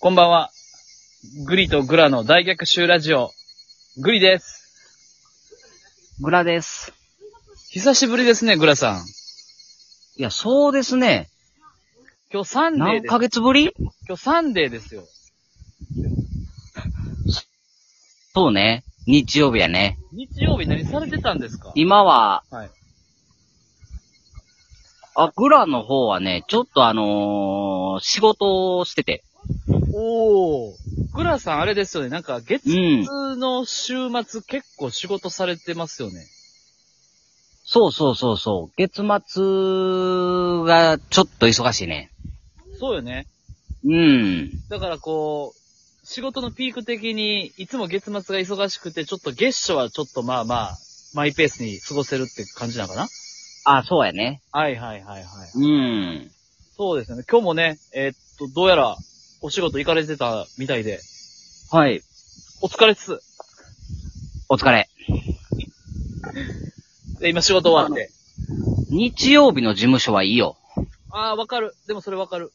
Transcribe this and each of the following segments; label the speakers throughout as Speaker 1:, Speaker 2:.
Speaker 1: こんばんは。グリとグラの大逆襲ラジオ、グリです。
Speaker 2: グラです。
Speaker 1: 久しぶりですね、グラさん。
Speaker 2: いや、そうですね。
Speaker 1: 今日サンデー
Speaker 2: 何
Speaker 1: で
Speaker 2: ヶ月ぶり
Speaker 1: す。今日サンデーですよ。
Speaker 2: そうね。日曜日やね。
Speaker 1: 日曜日何されてたんですか
Speaker 2: 今は、
Speaker 1: はい。
Speaker 2: あ、グラの方はね、ちょっとあのー仕事をしてて。
Speaker 1: おー。グラさんあれですよね、なんか月
Speaker 2: うん。
Speaker 1: の週末結構仕事されてますよね。
Speaker 2: そうそうそうそう。月末がちょっと忙しいね。
Speaker 1: そうよね。
Speaker 2: うん。
Speaker 1: だからこう、仕事のピーク的に、いつも月末が忙しくて、ちょっと月初はちょっとまあまあ、マイペースに過ごせるって感じなのかな
Speaker 2: あ、そうやね。
Speaker 1: はいはいはいはい。
Speaker 2: うん。
Speaker 1: そうですよね。今日もね、えーっと、どうやら、お仕事行かれてたみたいで、
Speaker 2: はい。
Speaker 1: お疲れっす。
Speaker 2: お疲れ。
Speaker 1: で、今仕事終わって。
Speaker 2: 日曜日の事務所はいいよ。
Speaker 1: あー、わかる。でもそれわかる。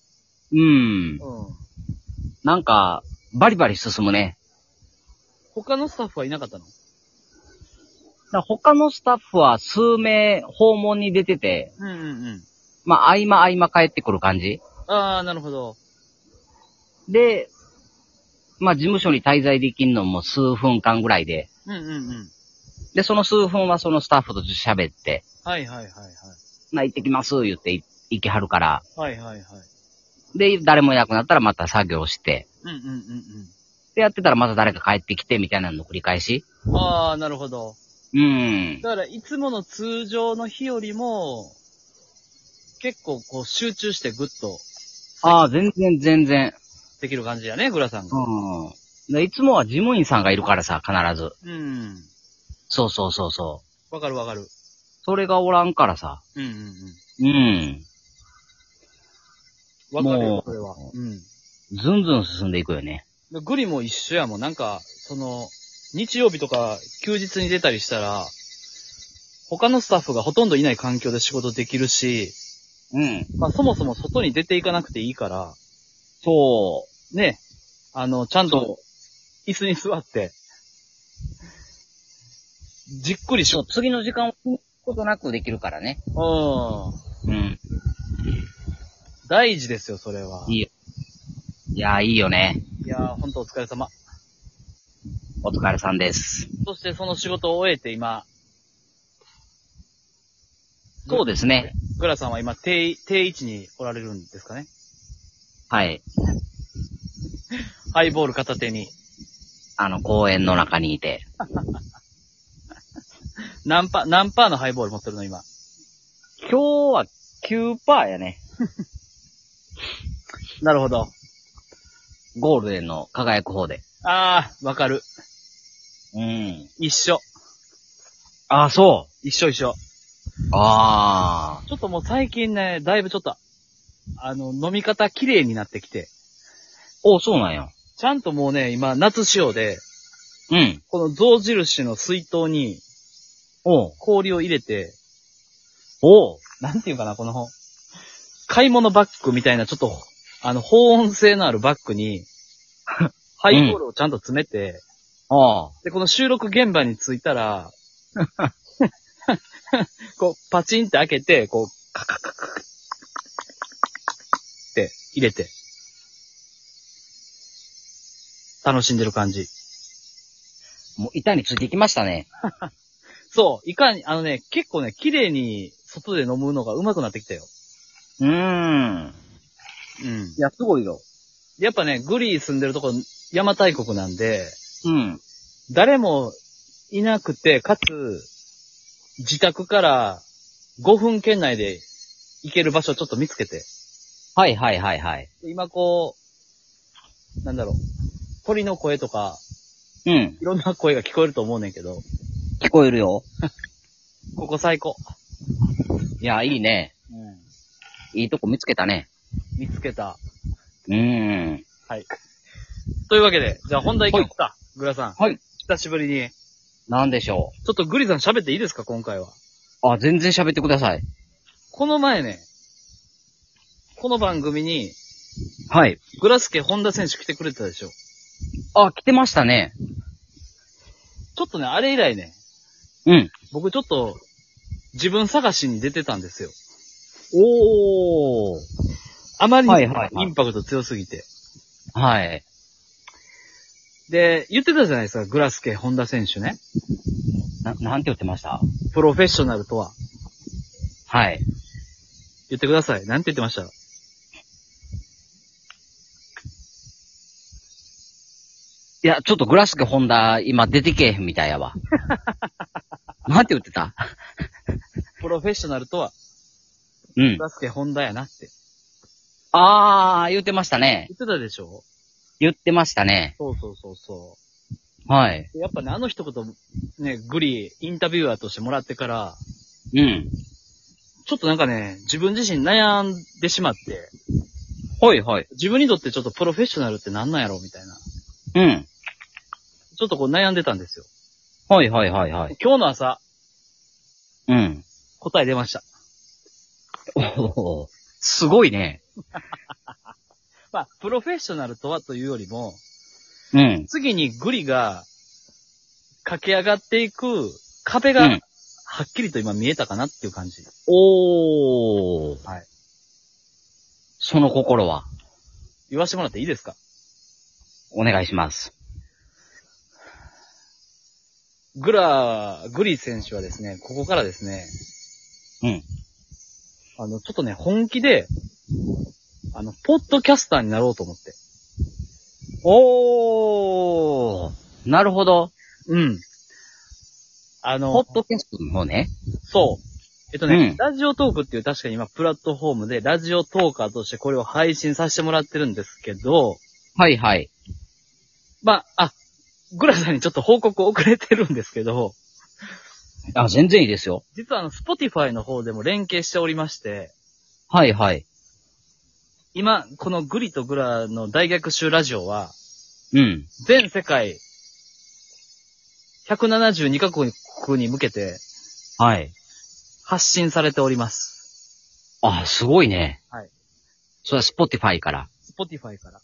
Speaker 2: うん。
Speaker 1: うん。
Speaker 2: なんか、バリバリ進むね。
Speaker 1: 他のスタッフはいなかったの
Speaker 2: だから他のスタッフは数名訪問に出てて、
Speaker 1: うんうんうん。
Speaker 2: まあ、合間合間帰ってくる感じ。
Speaker 1: あー、なるほど。
Speaker 2: で、まあ、事務所に滞在できんのも数分間ぐらいで、
Speaker 1: うんうんうん。
Speaker 2: で、その数分はそのスタッフと喋って、
Speaker 1: はいはいはいはい。
Speaker 2: な、行ってきます、言ってい行きはるから、
Speaker 1: はいはいはい。
Speaker 2: で、誰もいなくなったらまた作業して、
Speaker 1: うんうんうん
Speaker 2: で、やってたらまた誰か帰ってきて、みたいなのの繰り返し。
Speaker 1: うん。あー、なるほど。
Speaker 2: うん。
Speaker 1: だから、いつもの通常の日よりも、結構こう集中してグッと
Speaker 2: ああ、全然全然。
Speaker 1: できる感じやね、グラさんが。
Speaker 2: うん。でいつもは事務員さんがいるからさ、必ず。
Speaker 1: うん。
Speaker 2: そうそうそうそう。
Speaker 1: わかるわかる。
Speaker 2: それがおらんからさ。
Speaker 1: うんうんうん。
Speaker 2: うん。
Speaker 1: わかる
Speaker 2: も
Speaker 1: よ
Speaker 2: う、
Speaker 1: それは。うん。
Speaker 2: ずんずん進んでいくよね。
Speaker 1: グリも一緒やもん。なんか、その、日曜日とか休日に出たりしたら、他のスタッフがほとんどいない環境で仕事できるし、
Speaker 2: うん。
Speaker 1: まあそもそも外に出ていかなくていいから、
Speaker 2: そ
Speaker 1: ね、あの、ちゃんと
Speaker 2: そ
Speaker 1: 椅子に座って、じっくりし
Speaker 2: う。
Speaker 1: よ
Speaker 2: 次の時間を気にすることなくできるからね。
Speaker 1: う。うん。
Speaker 2: うん。
Speaker 1: 大事ですよ、それは。
Speaker 2: いいよ。いやー、いいよね。
Speaker 1: いやー、ほんとお疲れ様。
Speaker 2: お疲れさんです。
Speaker 1: そしてその仕事を終えて今、
Speaker 2: そうですね。
Speaker 1: グラさんは今、定、定位置におられるんですかね
Speaker 2: はい。
Speaker 1: ハイボール片手に。
Speaker 2: あの、公園の中にいて。
Speaker 1: 何パー、何パーのハイボール持ってるの今。
Speaker 2: 今日は9%やね。
Speaker 1: なるほど。
Speaker 2: ゴールデンの輝く方で。
Speaker 1: あー、わかる。
Speaker 2: うん。
Speaker 1: 一緒。
Speaker 2: あー、そ
Speaker 1: 一緒一緒。
Speaker 2: う。あ
Speaker 1: ちょっともう最近ね、だいぶちょっと、あの、飲み方綺麗になってきて。
Speaker 2: ー。お、そうなんや。
Speaker 1: ちゃんともうね、今、夏仕様で、
Speaker 2: うん。
Speaker 1: この象印の水筒に
Speaker 2: おう
Speaker 1: 氷を入れて、
Speaker 2: おう
Speaker 1: なんていうかな、この、買い物バッグみたいな、ちょっと、あの、保温性のあるバッグに、ハイボールをちゃんと詰めて、
Speaker 2: あ
Speaker 1: で、この収録現場に着いたら、こう、パチンって開けて、こう、カカカカカって入れて、楽しんでる感じ。
Speaker 2: ー。もう板についていきましたね。
Speaker 1: そう、いかに、あのね、結構ね、綺麗に外で飲むのが上手くなってきたよ。
Speaker 2: うーん。
Speaker 1: うん。
Speaker 2: いや、すごいよ。
Speaker 1: やっぱね、グリー住んでるとこ、邪馬台国なんで、
Speaker 2: うん。
Speaker 1: 誰もいなくて、かつ、自宅から5分圏内で行ける場所をちょっと見つけて、
Speaker 2: はいはいはいはい。
Speaker 1: 今こう、なんだろう、鳥の声とか、
Speaker 2: う
Speaker 1: い
Speaker 2: ん。
Speaker 1: ろんな声が聞こえると思うねんけど、
Speaker 2: 聞こえるよ。
Speaker 1: ここ最高。
Speaker 2: いや、いいね。
Speaker 1: うん、
Speaker 2: いいとこ見つけたね。
Speaker 1: 見つけた。
Speaker 2: うーん。
Speaker 1: はい。というわけで、じゃあ本題行きますか、グラさん。
Speaker 2: はい。
Speaker 1: 久しぶりに。
Speaker 2: なんでしょ
Speaker 1: ちょっとグリさん喋っていいですか、今回は。
Speaker 2: う。あ、全然喋ってください。
Speaker 1: この前ね、この番組に、
Speaker 2: はい。
Speaker 1: グラスケ、本田選手来てくれてたでしょ。
Speaker 2: あ、来てましたね。
Speaker 1: ちょっとね、あれ以来ね、
Speaker 2: うん。
Speaker 1: 僕ちょっと、自分探しに出てたんですよ。
Speaker 2: おー。
Speaker 1: あまり
Speaker 2: は
Speaker 1: に
Speaker 2: いはいはい
Speaker 1: インパクト強すぎて。
Speaker 2: はい。
Speaker 1: で、言ってたじゃないですか、グラスケ、本田選手ね。
Speaker 2: な、なんて言ってました
Speaker 1: プロフェッショナルとは。
Speaker 2: はい。
Speaker 1: 言ってください。なんて言ってました
Speaker 2: いや、ちょっとグラスケホンダ、今出てけえへんみたい やわ。なんて言ってた
Speaker 1: プロフェッショナルとは、
Speaker 2: うん
Speaker 1: グ。ラスケ、本田やなって。
Speaker 2: あー、言ってましたね。
Speaker 1: 言ってたでしょ
Speaker 2: 言ってましたね。
Speaker 1: そうそうそうそ
Speaker 2: はい。
Speaker 1: う。やっぱね、あの一言、ね、グリ、インタビュアーとしてもらってから、
Speaker 2: うん。
Speaker 1: ちょっとなんかね、自分自身悩んでしまって、
Speaker 2: はいはい。
Speaker 1: 自分にとってちょっとプロフェッショナルってなんなんやろみたいな。
Speaker 2: うん。
Speaker 1: ちょっとこう悩んでたんですよ。
Speaker 2: はいはいはいはい。
Speaker 1: 今日の朝、
Speaker 2: うん。
Speaker 1: 答え出ました。
Speaker 2: おー すごいね。
Speaker 1: まあ、プロフェッショナルとはというよりも、
Speaker 2: うん。
Speaker 1: 次にグリが駆け上がっていく壁
Speaker 2: う
Speaker 1: が
Speaker 2: ん、
Speaker 1: はっきりと今見えたかなっていう感じ。
Speaker 2: おー。
Speaker 1: はい。
Speaker 2: その心は、
Speaker 1: 言わせてもらっていいですか
Speaker 2: お願いします。
Speaker 1: グラ、グリ選手はですね、ここからですね、
Speaker 2: うん。
Speaker 1: あの、ちょっとね、本気で、あの、ポッドキャスターになろうと思って。
Speaker 2: おー。なるほど。
Speaker 1: うん。あ
Speaker 2: ホ
Speaker 1: の
Speaker 2: ッ、トキャストの方ね。
Speaker 1: そう。えっとね、
Speaker 2: うん
Speaker 1: ラジオトークっていう確かに今プラットフォームでラジオトーカーとしてこれを配信させてもらってるんですけど、
Speaker 2: はいはい。
Speaker 1: まあ、あ、グラさんにちょっと報告遅れてるんですけど、
Speaker 2: あ、全然いいですよ。
Speaker 1: 実はあの、スポティファイの方でも連携しておりまして、
Speaker 2: はいはい。
Speaker 1: 今、このグリとグラの大逆襲ラジオは、
Speaker 2: うん。
Speaker 1: 全世界、172カ国に向けて
Speaker 2: はい。
Speaker 1: 発信されております。
Speaker 2: あ、すごいね。
Speaker 1: はい。
Speaker 2: それはスポティファイから。
Speaker 1: スポティファイから。
Speaker 2: う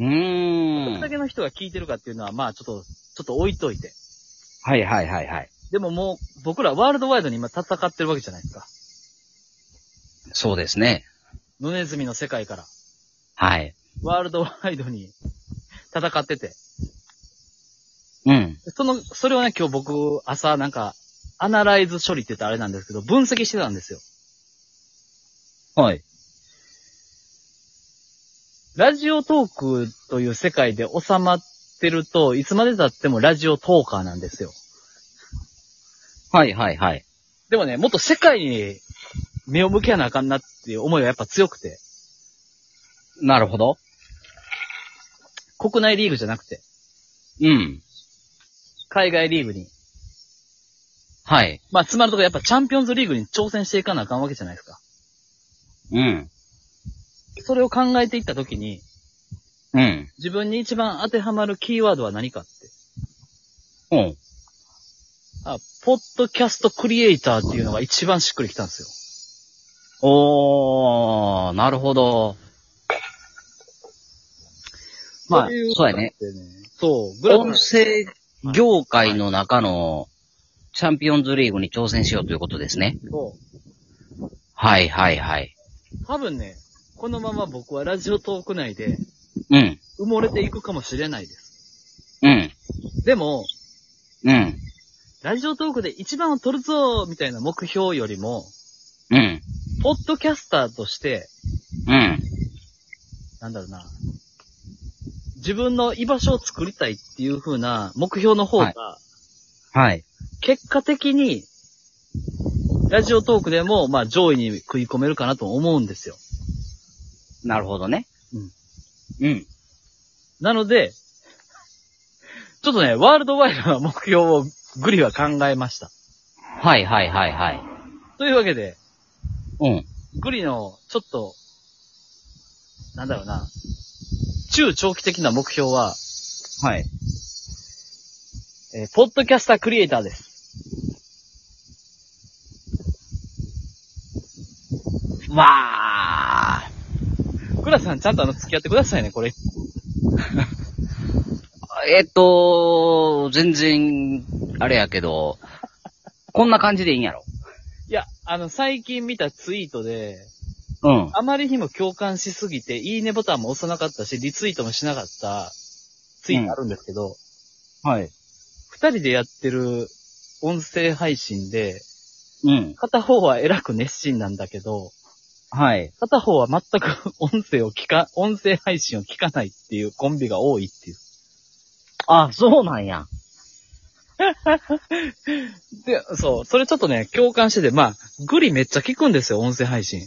Speaker 1: ど
Speaker 2: ー
Speaker 1: れ
Speaker 2: ん。
Speaker 1: だけの人が聞いてるかっていうのは、まあちょっと、ちょっと置いといて。
Speaker 2: はいはいはいはい。
Speaker 1: でももう、僕らワールドワイドに今戦ってるわけじゃないですか。
Speaker 2: そうですね。
Speaker 1: 野ネズミの世界から、
Speaker 2: はい。
Speaker 1: ワールドワイドに 戦ってて。
Speaker 2: うん。
Speaker 1: その、それをね、今日僕、朝、なんか、アナライズ処理って言ったらあれなんですけど、分析してたんですよ。
Speaker 2: はい。
Speaker 1: ラジオトークという世界で収まってると、いつまで経ってもラジオトーカーなんですよ。
Speaker 2: はいはいはい。
Speaker 1: でもね、もっと世界に目を向けやなあかんなっていう思いはやっぱ強くて、
Speaker 2: なるほど。
Speaker 1: 国内リーグじゃなくて、
Speaker 2: うん。
Speaker 1: 海外リーグに、
Speaker 2: はい。
Speaker 1: まあ、つまるところやっぱチャンピオンズリーグに挑戦していかなあかんわけじゃないですか。
Speaker 2: うん。
Speaker 1: それを考えていったときに、
Speaker 2: うん。
Speaker 1: 自分に一番当てはまるキーワードは何かって。
Speaker 2: うん。
Speaker 1: あ、ポッドキャストクリエイターっていうのが一番しっくりきたんですよ。
Speaker 2: おー、なるほど。まあ
Speaker 1: い、
Speaker 2: そうやね。。
Speaker 1: そう、グラフ
Speaker 2: 音声業界の中のチャンピオンズリーグに挑戦しようということですね。
Speaker 1: と、
Speaker 2: はいはいはい。
Speaker 1: 多分ね、このまま僕はラジオトーク内で
Speaker 2: うん。
Speaker 1: 埋もれていくかもしれないです。
Speaker 2: うん。
Speaker 1: でも、
Speaker 2: うん。
Speaker 1: ラジオトークで一番を取るぞみたいな目標よりも、
Speaker 2: うん。
Speaker 1: ポッドキャスターとして、
Speaker 2: うん。
Speaker 1: なんだろうな、自分の居場所を作りたいっていう風な目標の方が、
Speaker 2: はい。
Speaker 1: 結果的に、ラジオトークでも、まあ上位に食い込めるかなと思うんですよ。
Speaker 2: なるほどね。
Speaker 1: うん。
Speaker 2: うん。
Speaker 1: なので、ちょっとね、ワールドワイドな目標をグリは考えました。
Speaker 2: はいはいはいはい。
Speaker 1: というわけで、
Speaker 2: うん。
Speaker 1: グリのちょっと、なんだろうな、中長期的な目標は、
Speaker 2: はい。
Speaker 1: えーポッドキャスタークリエイターです。
Speaker 2: わー。
Speaker 1: 倉さんちゃんとあの、付き合ってくださいね、これ。
Speaker 2: えっと、全然、あれやけど、こんな感じでいいんやろ。
Speaker 1: いや、あの、最近見たツイートで、
Speaker 2: うん。
Speaker 1: あまりにも共感しすぎて、いいねボタンも押さなかったし、リツイートもしなかったツイートあるんですけど、
Speaker 2: はい。
Speaker 1: 二人でやってる音声配信で、
Speaker 2: うん。
Speaker 1: 片方は偉く熱心なんだけど、
Speaker 2: はい。
Speaker 1: 片方は全く 音声を聞か、音声配信を聞かないっていうコンビが多いっていう。
Speaker 2: あ、そうなんや。
Speaker 1: で、そう、それちょっとね、共感してて、まあ、グリめっちゃ聞くんですよ、音声配信。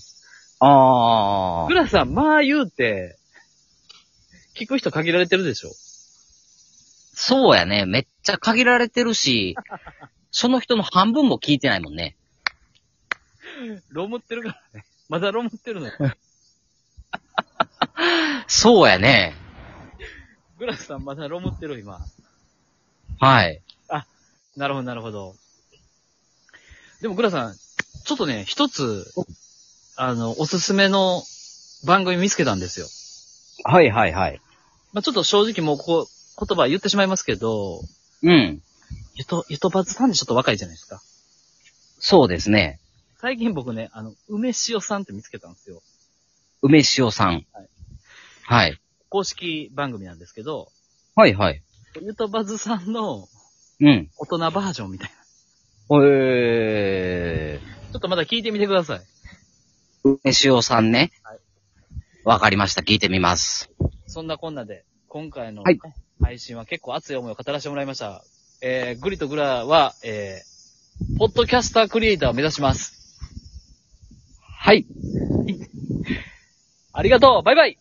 Speaker 2: あ
Speaker 1: グラさん、まあ言うて、聞く人限られてるでしょ。
Speaker 2: そうやね。めっちゃ限られてる し、その人の半分も聞いてないもんね。
Speaker 1: ロムってるからね。まだロムってるの。
Speaker 2: そうやね。
Speaker 1: グラさん、まだロムってる、今。
Speaker 2: はい。
Speaker 1: なるほど、なるほど。でも、グラさん、ちょっとね、一つ、あの、おすすめの番組見つけたんですよ。
Speaker 2: はいはいはい。
Speaker 1: まあ、ちょっと正直もうここ、言葉言ってしまいますけど、
Speaker 2: うん。
Speaker 1: ゆと、ゆとばつさんってちょっと若いじゃないですか。
Speaker 2: そうですね。
Speaker 1: 最近僕ね、あの、梅塩さんって見つけたんですよ。
Speaker 2: 梅塩さん。はい。
Speaker 1: 公式番組なんですけど、
Speaker 2: はいはい。
Speaker 1: ゆとばずさんの
Speaker 2: うん。
Speaker 1: 大人バージョンみたいな。
Speaker 2: え
Speaker 1: ちょっとまだ聞いてみてください。
Speaker 2: ー、梅塩さんね
Speaker 1: はい。
Speaker 2: わ、かりました。聞いてみます。
Speaker 1: そんなこんなで、今回の、
Speaker 2: はい
Speaker 1: 配信は結構熱い思いを語らせてもらいました。えー、グリとグラは、えー、ポッドキャスタークリエイターを目指します。
Speaker 2: はい。
Speaker 1: ありがとうバイバイ